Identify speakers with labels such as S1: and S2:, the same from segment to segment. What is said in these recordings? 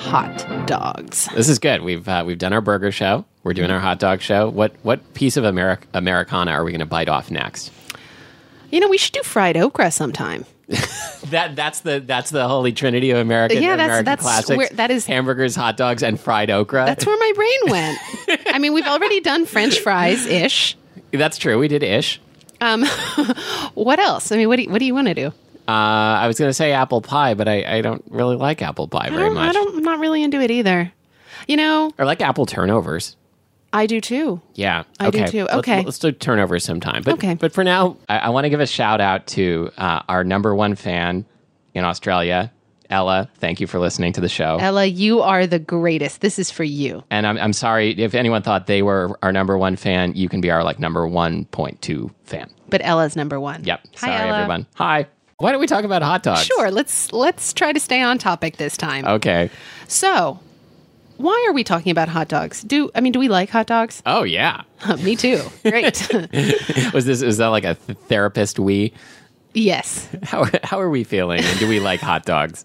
S1: hot dogs.
S2: This is good. We've uh, we've done our burger show. We're doing our hot dog show. What what piece of Ameri- Americana are we going to bite off next?
S1: You know, we should do fried okra sometime.
S2: That that's the that's the holy trinity of American
S1: Yeah, that's-
S2: American
S1: that's
S2: classics.
S1: where- that is-
S2: hamburgers, hot dogs, and fried okra.
S1: That's where my brain went. I mean, we've already done french fries ish.
S2: That's true. We did ish.
S1: Um, what else? I mean, what do you, what do you want to do?
S2: Uh, I was going to say apple pie, but I, I don't really like apple pie
S1: I
S2: very
S1: don't, I
S2: much.
S1: don't, I'm not really into it either. You know,
S2: I like apple turnovers.
S1: I do too.
S2: Yeah,
S1: I do too.
S2: Let's-
S1: Okay.
S2: let's, do turnovers sometime. But
S1: Okay.
S2: but for now, I, I want to give a shout out to uh, our number one fan in Australia, Ella. Thank you for listening to the show.
S1: Ella, you are the greatest. This is for you.
S2: and I'm, I'm sorry if anyone thought they were our number one fan. You can be our like number one point two fan.
S1: But Ella's number one.
S2: Yep.
S1: Hi,
S2: sorry,
S1: Ella.
S2: everyone. Hi. Why don't we talk about hot dogs?
S1: Sure. Let's let's try to stay on topic this time.
S2: Okay.
S1: So, why are we talking about hot dogs? Do I mean do we like hot dogs? Uh,
S2: Oh yeah.
S1: Me too. Great.
S2: Was this is that like a th- therapist we?
S1: yes.
S2: How how are we feeling? And do we like hot dogs?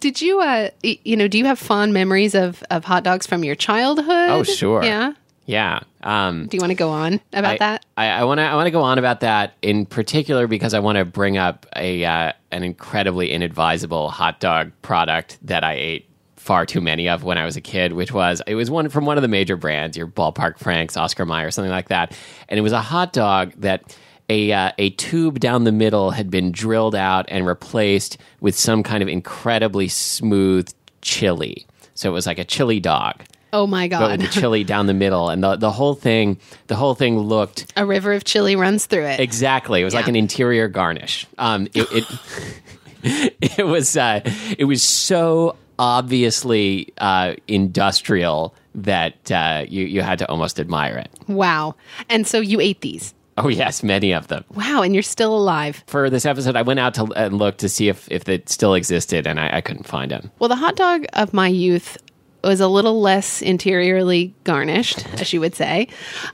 S1: Did you uh y- you know, do you have fond memories of of hot dogs from your childhood?
S2: Oh sure.
S1: Yeah.
S2: Yeah. Um
S1: Do you want to go on about
S2: I,
S1: that?
S2: I, I wanna I wanna go on about that in particular because I wanna bring up a uh, an incredibly inadvisable hot dog product that I ate far too many of when I was a kid, which was it was one from one of the major brands, your ballpark Franks, Oscar Mayer, something like that. And it was a hot dog that a, uh, a tube down the middle had been drilled out and replaced with some kind of incredibly smooth chili. So it was like a chili dog
S1: Oh my
S2: but
S1: god.
S2: with the chili down the middle, and the, the whole thing the whole thing looked
S1: A river of chili runs through it.
S2: exactly. It was like
S1: Yeah.
S2: an interior garnish. Um, it it, it was uh, it was so obviously uh, industrial that uh, you you had to almost admire it.
S1: Wow. And so you ate these.
S2: Oh yes, many of them.
S1: Wow, and you're still alive.
S2: For this episode, I went out to and looked to see if if it still existed, and I, I couldn't find them.
S1: Well, the hot dog of my youth was a little less interiorly garnished, as you would say.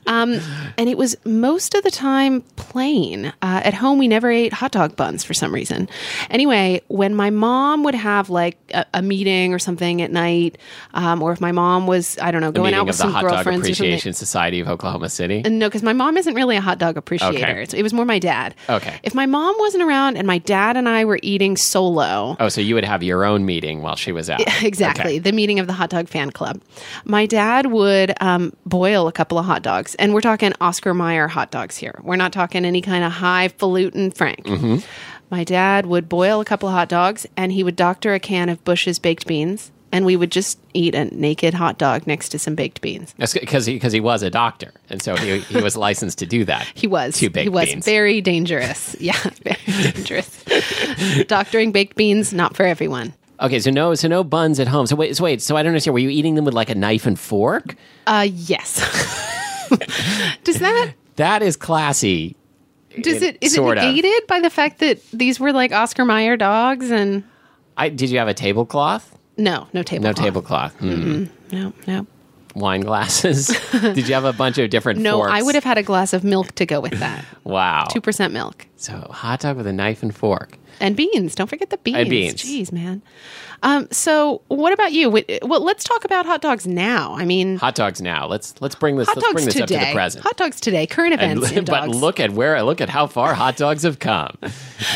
S1: Um, and it was most of the time plain. Uh, at home, we never ate hot dog buns for some reason. Anyway, when my mom would have like a, a meeting or something at night, um, or if my mom was, I don't know, going
S2: Meeting
S1: out with
S2: of the
S1: some
S2: Hot Dog
S1: girlfriends or something.
S2: Appreciation Society of Oklahoma City.
S1: No, because my mom isn't really a hot dog appreciator.
S2: Okay.
S1: It's- It was more my dad.
S2: Okay.
S1: If my mom wasn't around and my dad and I were eating solo,
S2: oh, so you would have your own meeting while she was out.
S1: exactly the meeting of the hot dog fan club my dad would um, boil a couple of hot dogs and we're talking oscar mayer hot dogs here we're not talking any kind of highfalutin frank
S2: Mm-hmm.
S1: my dad would boil a couple of hot dogs and he would doctor a can of bush's baked beans and we would just eat a naked hot dog next to some baked beans
S2: That's because he because he was a doctor, and so he he was licensed to do that.
S1: he was
S2: Two baked
S1: he was
S2: beans.
S1: very dangerous yeah very dangerous doctoring baked beans not for everyone
S2: okay, so no, so no buns at home. So wait, so wait, so I don't understand. Were you eating them with like a knife and fork?
S1: uh yes does that
S2: That is classy.
S1: Does it is it
S2: sort of.
S1: negated by the fact that these were like Oscar Mayer dogs and
S2: I did you have a tablecloth?
S1: no, no table.
S2: No tablecloth. Hmm.
S1: No, no.
S2: Wine glasses. did you have a bunch of different
S1: No,
S2: forks?
S1: I would have had a glass of milk to go with that.
S2: Wow.
S1: 2% milk.
S2: So hot dog with a knife and fork.
S1: And beans. Don't forget the beans.
S2: And beans.
S1: Jeez, man. Um, so, what about you? Wait, Well, let's talk about hot dogs now. I mean, hot,
S2: Hot dogs now. Let's let's bring this let's
S1: dogs
S2: bring this
S1: today.
S2: up to the present.
S1: Hot dogs today. Current
S2: And-
S1: events. in
S2: but
S1: dogs.
S2: look at where look at how far hot dogs have come.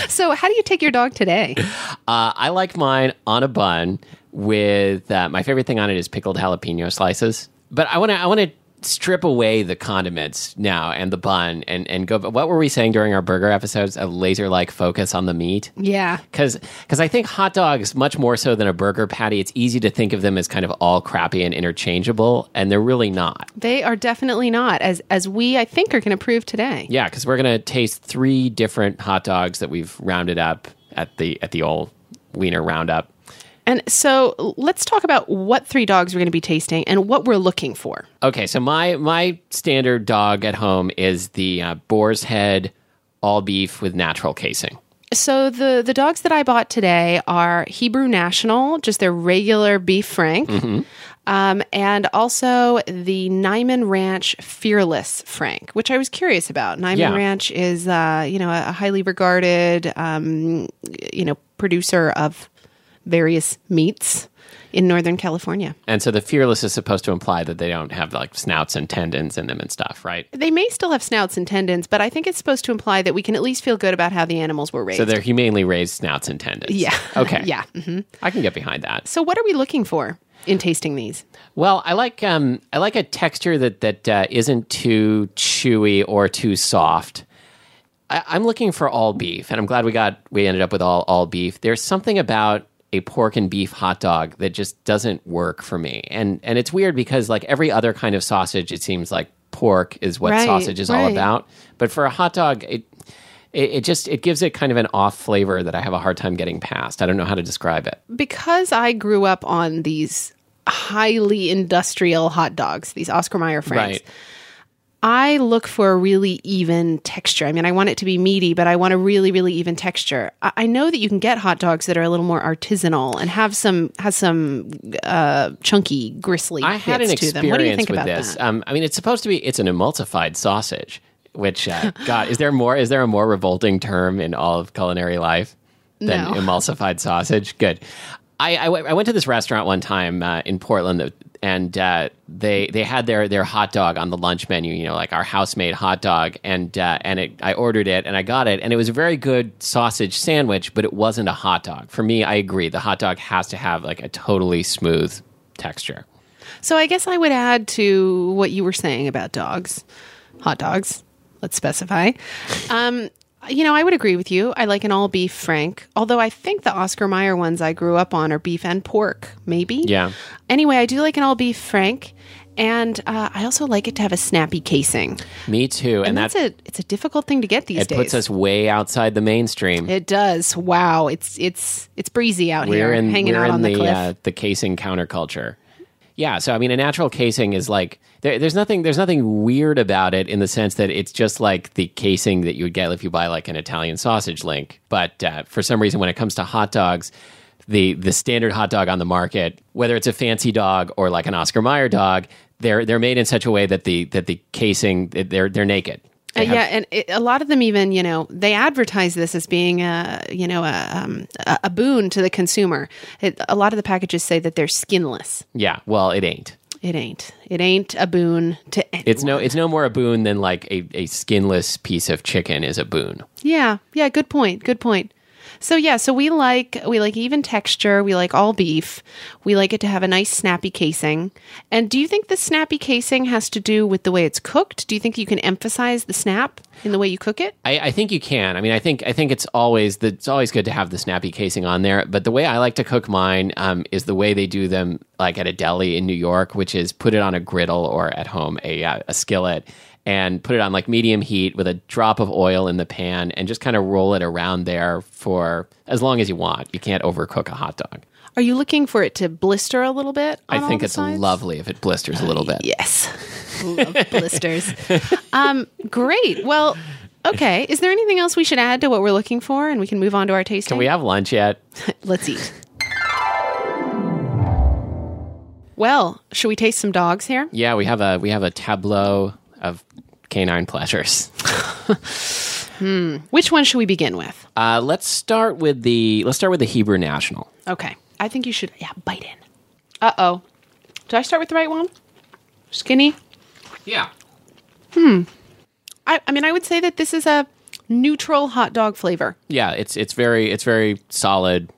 S1: So, how do you take your dog today?
S2: Uh, I like mine on a bun with uh, my favorite thing on it is pickled jalapeno slices. But I want to I want to strip away the condiments now and the bun and and go. What were we saying during our burger episodes? A laser like focus on the meat.
S1: Yeah.
S2: Because I think hot dogs, much more so than a burger patty, it's easy to think of them as kind of all crappy and interchangeable, and they're really not.
S1: They are definitely not as as we I think are going to prove today.
S2: Yeah, because we're gonna taste three different hot dogs that we've rounded up at the at the old Wiener Roundup.
S1: And so let's talk about what three dogs we're going to be tasting and what we're looking for.
S2: Okay, so my my standard dog at home is the uh, Boar's Head all beef with natural casing.
S1: So the the dogs that I bought today are Hebrew National, just their regular beef frank, um, and also the Nyman Ranch Fearless Frank, which I was curious about. Nyman
S2: Yeah.
S1: Ranch is uh, you know a a highly regarded um, you know producer of various meats in Northern California.
S2: And so the fearless is supposed to imply that they don't have like snouts and tendons in them and stuff, right?
S1: They may still have snouts and tendons, but I think it's supposed to imply that we can at least feel good about how the animals were raised.
S2: So they're humanely raised snouts and tendons.
S1: yeah.
S2: Okay.
S1: yeah. Mhm.
S2: I can get behind that.
S1: So what are we looking for in tasting these?
S2: Well, I like um, I like a texture that that uh, isn't too chewy or too soft. I, I'm looking for all beef, and I'm glad we got we ended up with all all beef. There's something about a pork and beef hot dog that just doesn't work for me, and and it's weird because like every other kind of sausage, it seems like pork is what
S1: Right,
S2: sausage is all
S1: right.
S2: about. But for a hot dog, it. It, it just it gives it kind of an off flavor that I have a hard time getting past. I don't know how to describe it.
S1: Because I grew up on these highly industrial hot dogs, these Oscar Mayer franks.
S2: Right.
S1: I look for a really even texture. I mean, I want it to be meaty, but I want a really, really even texture. I, I know that you can get hot dogs that are a little more artisanal and have some has some uh, chunky, gristly.
S2: I had an
S1: bits to
S2: experience
S1: them. What do you think
S2: with
S1: about
S2: this.
S1: that?
S2: Um, I mean, it's supposed to be it's an emulsified sausage, which uh, God, is there more? Is there a more revolting term in all of culinary life
S1: No.
S2: than emulsified sausage? Good. I, I w- I went to this restaurant one time uh, in Portland, that, and uh, they they had their their hot dog on the lunch menu. You know, like our house made hot dog, and uh, and it, I ordered it and I got it, and it was a very good sausage sandwich, but it wasn't a hot dog. For me, I agree. The hot dog has to have like a totally smooth texture.
S1: So I guess I would add to what you were saying about dogs, hot dogs. Let's specify. Um, you know, I would agree with you. I like an all beef frank, although I think the Oscar Mayer ones I grew up on are beef and pork, maybe.
S2: Yeah.
S1: Anyway, I do like an all beef frank, and uh, I also like it to have a snappy casing.
S2: Me too, and,
S1: And
S2: that's
S1: that's a it's a difficult thing to get these
S2: it
S1: days.
S2: puts us way outside the mainstream.
S1: it does. Wow, it's it's it's breezy out
S2: we're
S1: here,
S2: in
S1: hanging
S2: we're
S1: out
S2: in
S1: on
S2: the
S1: the, cliff.
S2: Uh, the casing counterculture. Yeah, so I mean, a natural casing is like there, there's nothing there's nothing weird about it in the sense that it's just like the casing that you would get if you buy like an Italian sausage link. But uh, for some reason, when it comes to hot dogs. The, the standard hot dog on the market, whether it's a fancy dog or like an Oscar Mayer dog, they're they're made in such a way that the that the casing they're they're naked.
S1: Uh, yeah, and it, a lot of them even, you know, they advertise this as being a, you know, a, um, a, a boon to the consumer. It, a lot of the packages say that they're skinless.
S2: Yeah, well, it ain't.
S1: It ain't. It ain't a boon to anyone.
S2: It's no it's no more a boon than like a, a skinless piece of chicken is a boon.
S1: yeah, yeah. Good point. Good point. So yeah, so we like we like even texture. We like all beef. We like it to have a nice snappy casing. And do you think the snappy casing has to do with the way it's cooked? Do you think you can emphasize the snap in the way you cook it?
S2: I, I think you can. I mean I think I think it's always the, it's always good to have the snappy casing on there. But the way I like to cook mine um, is the way they do them like at a deli in New York, which is put it on a griddle or at home a uh, a skillet and put it on like medium heat with a drop of oil in the pan and just kind of roll it around there for as long as you want. You can't overcook a hot dog.
S1: Are you looking for it to blister a little bit? on
S2: I
S1: all
S2: think
S1: the
S2: it's
S1: sides?
S2: lovely if it blisters a little bit.
S1: Yes. Love blisters. um, great. Well, Okay. Is there anything else we should add to what we're looking for, and we can move on to our tasting?
S2: Can we have lunch yet?
S1: Let's eat. Well, should we taste some dogs here?
S2: Yeah, we have a we have a tableau of canine pleasures.
S1: Which one should we begin with?
S2: Uh, let's start with the let's start with the Hebrew National.
S1: Okay. I think you should, yeah, bite in. Uh oh. Did I start with the right one? Skinny?
S2: Yeah.
S1: I, I mean, I would say that this is a neutral hot dog flavor.
S2: Yeah, it's it's very it's very solid.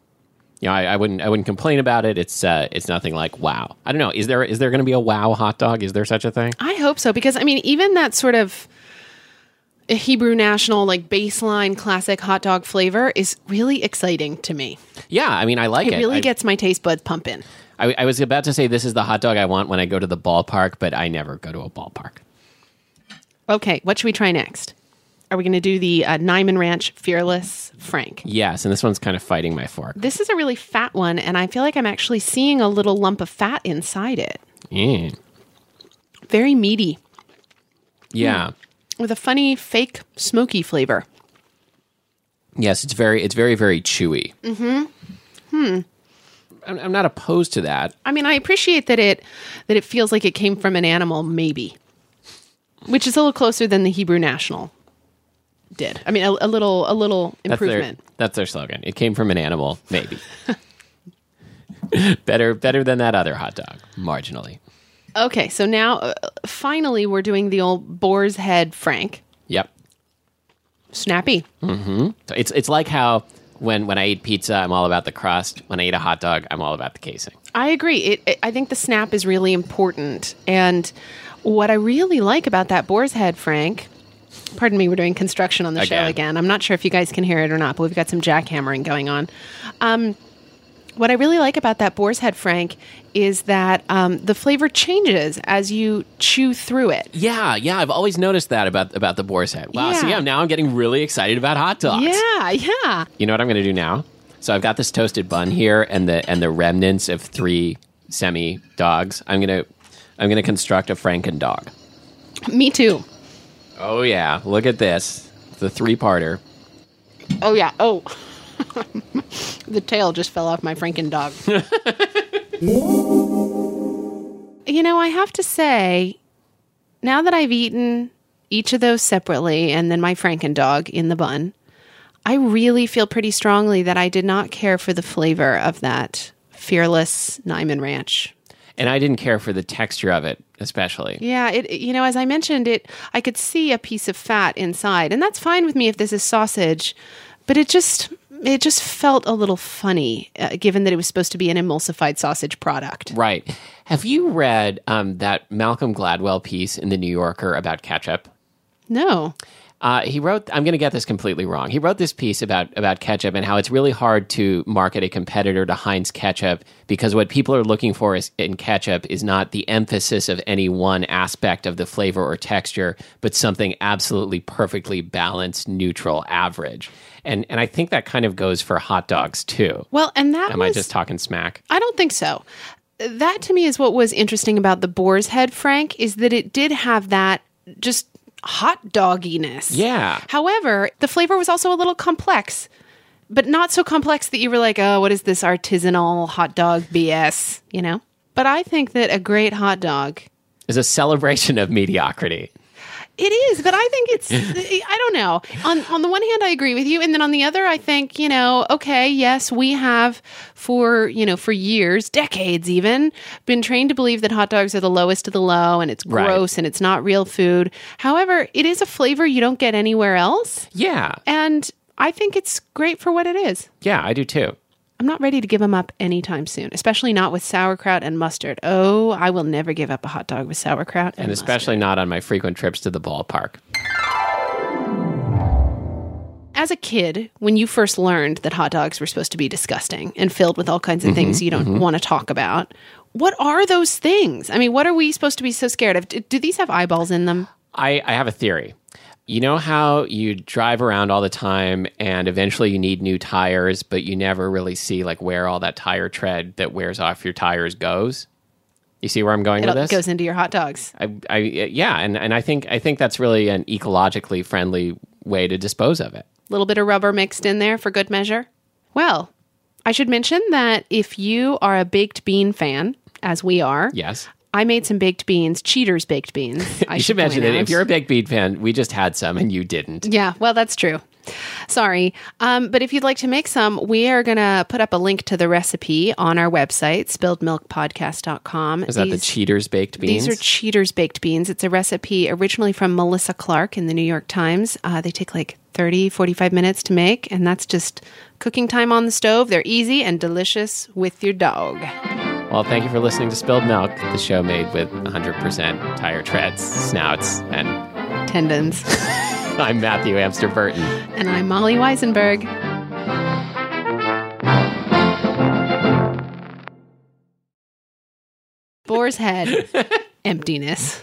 S2: You know, I, I wouldn't I wouldn't complain about it. It's uh, it's nothing like wow. I don't know. Is there is there going to be a wow hot dog? Is there such a thing?
S1: I hope so because I mean, even that sort of Hebrew national, like baseline classic hot dog flavor is really exciting to me.
S2: Yeah, I mean, I like it.
S1: It really
S2: I,
S1: gets my taste buds pumping.
S2: I, I was about to say this is the hot dog I want when I go to the ballpark, but I never go to a ballpark.
S1: Okay, what should we try next? Are we going to do the uh, Nyman Ranch Fearless Frank?
S2: Yes, and this one's kind of fighting my fork.
S1: This is a really fat one, and I feel like I'm actually seeing a little lump of fat inside it.
S2: Mm.
S1: Very meaty,
S2: Yeah.
S1: with a funny fake smoky flavor.
S2: Yes, it's very it's very very chewy. Mm-hmm. Hmm. I'm, I'm not opposed to that.
S1: I mean, I appreciate that it that it feels like it came from an animal, maybe, which is a little closer than the Hebrew National did. I mean, a, a little, a little
S2: That's
S1: improvement.
S2: their that's their slogan. It came from an animal, maybe. better better than that other hot dog, marginally.
S1: Okay, so now uh, finally we're doing the old boar's head Frank.
S2: Yep.
S1: Snappy.
S2: So it's it's like how when when I eat pizza, I'm all about the crust. When I eat a hot dog, I'm all about the casing.
S1: I agree. It, it, I think the snap is really important. And what I really like about that boar's head, Frank, pardon me, we're doing construction on the show
S2: Again.
S1: again. I'm not sure if you guys can hear it or not, but we've got some jackhammering going on. Um, what I really like about that boar's head, Frank, is that um, the flavor changes as you chew through it.
S2: Yeah, yeah. I've always noticed that about about the boar's head. Wow. So
S1: Yeah.
S2: yeah, now I'm getting really excited about hot dogs.
S1: Yeah, yeah.
S2: You know what I'm going to do now? So I've got this toasted bun here and the and the remnants of three semi dogs. I'm going to I'm going to construct a franken dog.
S1: Me too.
S2: Oh yeah, look at this. The three-parter.
S1: Oh, yeah. Oh. the tail just fell off my Franken dog. you know, I have to say, now that I've eaten each of those separately and then my Franken dog in the bun, I really feel pretty strongly that I did not care for the flavor of that fearless Nyman Ranch.
S2: And I didn't care for the texture of it especially.
S1: Yeah, it it- you know, as I mentioned, it I could see a piece of fat inside, and that's fine with me if this is sausage, but it just it just felt a little funny uh, given that it was supposed to be an emulsified sausage product.
S2: Right. Have you read um, that Malcolm Gladwell piece in the New Yorker about ketchup?
S1: No.
S2: Uh, he wrote. I'm going to get this completely wrong. He wrote this piece about about ketchup and how it's really hard to market a competitor to Heinz ketchup because what people are looking for is, in ketchup is not the emphasis of any one aspect of the flavor or texture, but something absolutely perfectly balanced, neutral, average. And and I think that kind of goes for hot dogs too.
S1: Well, and that
S2: Am
S1: was
S2: I just talking smack?
S1: I don't think so. That to me is what was interesting about the boar's head, Frank, is that it did have that just hot dogginess.
S2: Yeah.
S1: However, the flavor was also a little complex, but not so complex that you were like, oh, what is this artisanal hot dog BS, you know? But I think that a great hot dog.
S2: It's a celebration of mediocrity.
S1: It is, but I think it's I don't know. On on the one hand I agree with you and then on the other I think, you know, okay, yes, we have for, you know, for years, decades even, been trained to believe that hot dogs are the lowest of the low and it's
S2: Right.
S1: gross and it's not real food. However, it is a flavor you don't get anywhere else.
S2: Yeah,
S1: And I think it's great for what it is.
S2: yeah, I do too.
S1: I'm not ready to give them up anytime soon, especially not with sauerkraut and mustard. Oh, I will never give up a hot dog with sauerkraut and,
S2: and especially not on my frequent trips to the ballpark.
S1: mustard. As a kid, when you first learned that hot dogs were supposed to be disgusting and filled with all kinds of
S2: Mm-hmm,
S1: things you don't want to talk about, what are those things? I mean, what are we supposed to be so scared of? Do, do these have eyeballs in them?
S2: I, I have a theory. You know how you drive around all the time and eventually you need new tires, but you never really see like where all that tire tread that wears off your tires goes? You see where I'm going
S1: It
S2: with this?
S1: goes into your hot dogs.
S2: I, I, yeah, and, and I think I think that's really an ecologically friendly way to dispose of it.
S1: little bit of rubber mixed in there for good measure. Well, I should mention that if you are a baked bean fan, as we are,
S2: Yes.
S1: I made some baked beans, cheaters baked beans. I
S2: you should mention
S1: point
S2: that if
S1: out.
S2: you're a baked bean fan, we just had some and you didn't.
S1: Yeah, well, that's true. Sorry. Um, but if you'd like to make some, we are going to put up a link to the recipe on our website, spilledmilkpodcast.com.
S2: Is that the cheaters baked beans?
S1: These are cheaters baked beans. It's a recipe originally from Melissa Clark in the New York Times. Uh, they take like 30, 45 minutes to make, and that's just cooking time on the stove. They're easy and delicious with your dog.
S2: well, thank you for listening to Spilled Milk, the show made with 100% tire treads, snouts, and
S1: Tendons.
S2: I'm Matthew Amster Burton.
S1: and I'm Molly Weisenberg. Boar's head. Emptiness.